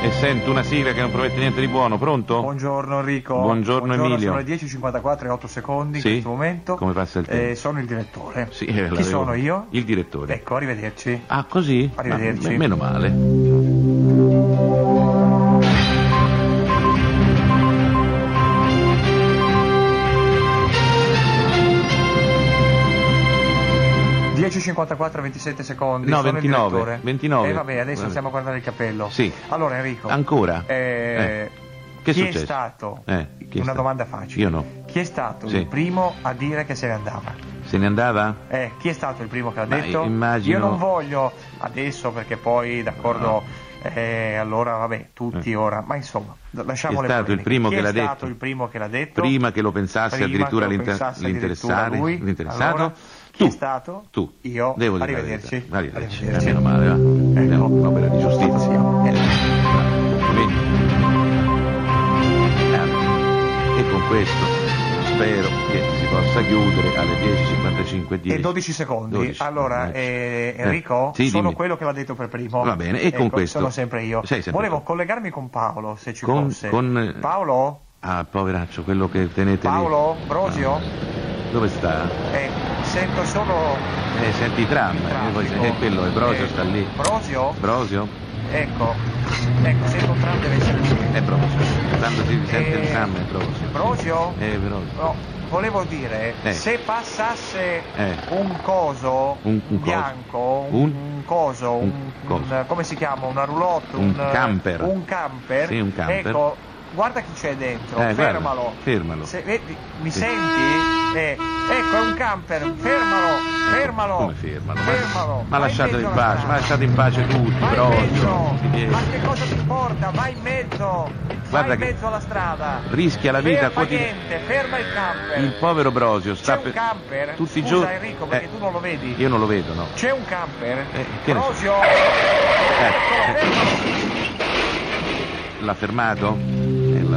e sento una sigla che non promette niente di buono. Pronto? Buongiorno Enrico. Buongiorno, Emilio. Sono le 10.54 e 8 secondi Sì. in questo momento. Come passa il tempo? Eh, sono il direttore. Sì, eh, Chi l'avevo- sono io? Il direttore. Ecco, arrivederci. Ah, così? Arrivederci. Ah, me- meno male. e 10.54 27 secondi. No, sono 29, il direttore. 29. Eh, vabbè, adesso Vabbè. stiamo a guardare il capello. Sì. Allora Enrico. Ancora? eh, Che è chi successo? è stato? Eh, chi è una stato? domanda facile. Io no. Chi è stato Sì. il primo a dire che se ne andava? Se ne andava? Eh, chi è stato il primo che l'ha Ma detto? i- immagino- Io non voglio adesso perché poi d'accordo. eh, allora vabbè, tutti Eh. ora, ma insomma, d- lasciamo Chi è le stato il polemiche. primo Chi che l'ha è stato detto? il primo che l'ha detto? Prima che lo pensasse Prima addirittura che lo l'inter- pensasse l'interessare- addirittura lui. l'interessato? Allora, chi Tu. è stato? Tu. Io. Devo dire la arrivederci. verità. Arrivederci. Eh, Arrivederci. meno male, va. È Ecco. un'opera di giustizia. Sì. Complimenti. Eh, E con questo spero che si possa chiudere alle 10.55 E 12 secondi. 12, allora, mannaggia. eh, Eh, Enrico, sì, sono dimmi. quello che l'ha detto per primo. Va bene, e con Ecco, questo- Sono sempre io. Sei sempre Volevo tu. collegarmi con Paolo, se ci Con- fosse. con- eh, Paolo? Ah, poveraccio, quello che tenete Paolo? lì. Brosio? Ah, Dove sta? Eh, sento solo Eh, senti i tram, eh, voi- traffico. eh, quello è Brosio, Eh, sta lì. Brosio? Brosio? Ecco, ecco, sento un tram deve essere lì. È Eh, Brosio. Quando si sente Eh, il tram è Brosio. Brosio? Eh, Brosio. No, volevo dire, Eh. se passasse Eh. un coso Un- un coso. bianco, Un- coso, un un- coso. un- come si chiama? Una roulotte, Un camper. un camper, Sì, un camper. ecco, guarda chi c'è dentro, Eh, guarda, fermalo. fermalo. Se- vedi, mi Sì. senti? Eh, ecco, è un camper, fermalo, fermalo. Come fermalo? Ma, fermalo. ma Vai lasciatelo dentro in la pace, strada. ma lasciate in pace tutti, Vai in Brosio. Eh, mezzo! si chiede. Ma che cosa ti importa? Vai in mezzo! Guarda Vai in che mezzo alla strada! rischia la vita ferma quotidiana. niente, ferma il camper! Il povero Brosio C'è sta un per- camper? tutti i Scusa, giorni. Enrico, perché tu non lo vedi. Io non lo vedo, no. C'è un camper? Eh, che ne so. Rosio! eh. Eccolo, fermalo! L'ha fermato? Eh, l'ha